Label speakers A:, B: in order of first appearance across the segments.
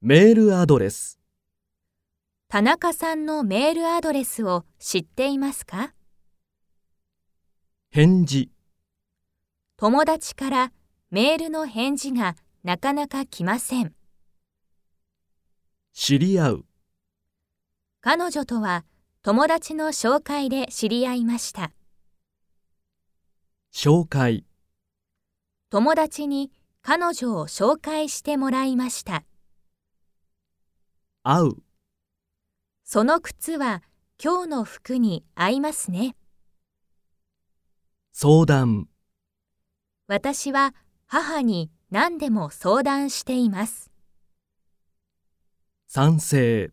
A: メールアドレス
B: 田中さんのメールアドレスを知っていますか
A: 返事
B: 友達からメールの返事がなかなか来ません。
A: 知り合う
B: 彼女とは友達の紹介で知り合いました。
A: 紹介
B: 友達に彼女を紹介してもらいました。
A: 会う
B: その靴は今日の服に合いますね。
A: 相談
B: 私は母に何でも相談しています。
A: 賛成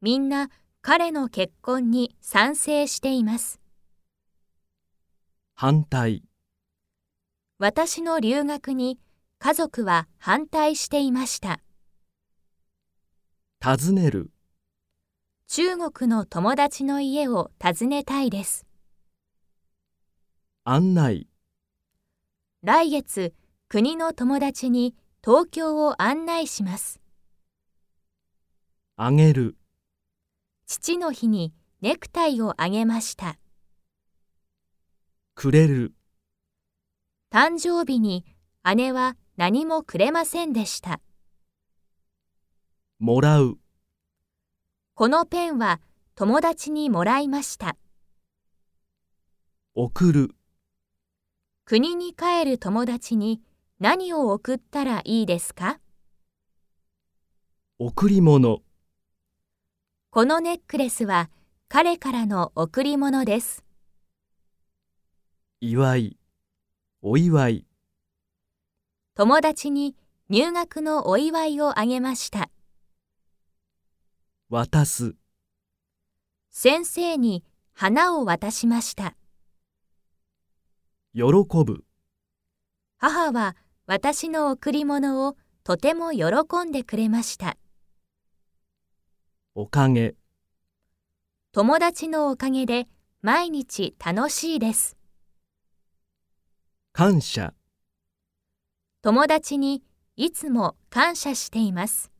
B: みんな彼の結婚に賛成しています。
A: 反対
B: 私の留学に家族は反対していました。
A: 尋ねる
B: 中国の友達の家を訪ねたいです。
A: 案内
B: 来月、国の友達に東京を案内します。
A: あげる
B: 父の日にネクタイをあげました。
A: くれる
B: 誕生日に姉は何もくれませんでした。
A: もらう
B: このペンは友達にもらいました。
A: 送る
B: 国に帰る友達に何を送ったらいいですか
A: 贈り物
B: このネックレスは彼からの贈り物です。
A: 祝いお祝い
B: 友達に入学のお祝いをあげました。
A: 渡す
B: 先生に花を渡しました。
A: 喜ぶ
B: 母は私の贈り物をとても喜んでくれました。
A: おかげ
B: 友達のおかげで毎日楽しいです。
A: 感謝
B: 友達にいつも感謝しています。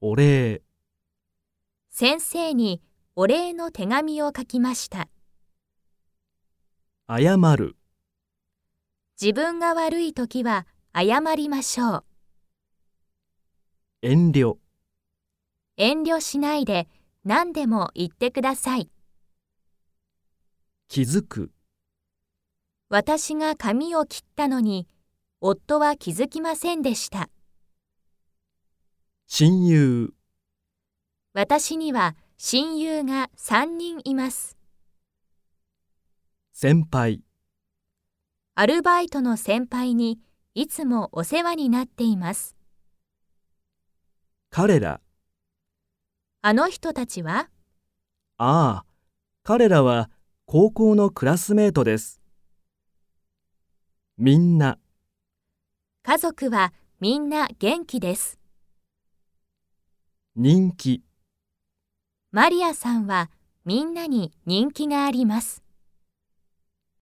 A: お礼
B: 先生にお礼の手紙を書きました。
A: 謝る
B: 自分が悪い時は謝りましょう。
A: 遠慮
B: 遠慮しないで何でも言ってください。
A: 気づく
B: 私が髪を切ったのに、夫は気づきませんでした。
A: 親友
B: 私には親友が3人います。
A: 先輩
B: アルバイトの先輩にいつもお世話になっています。
A: 彼ら
B: あの人たちは
A: ああ、彼らは高校のクラスメートです。みんな、
B: 家族はみんな元気です。
A: 人気。
B: マリアさんはみんなに人気があります。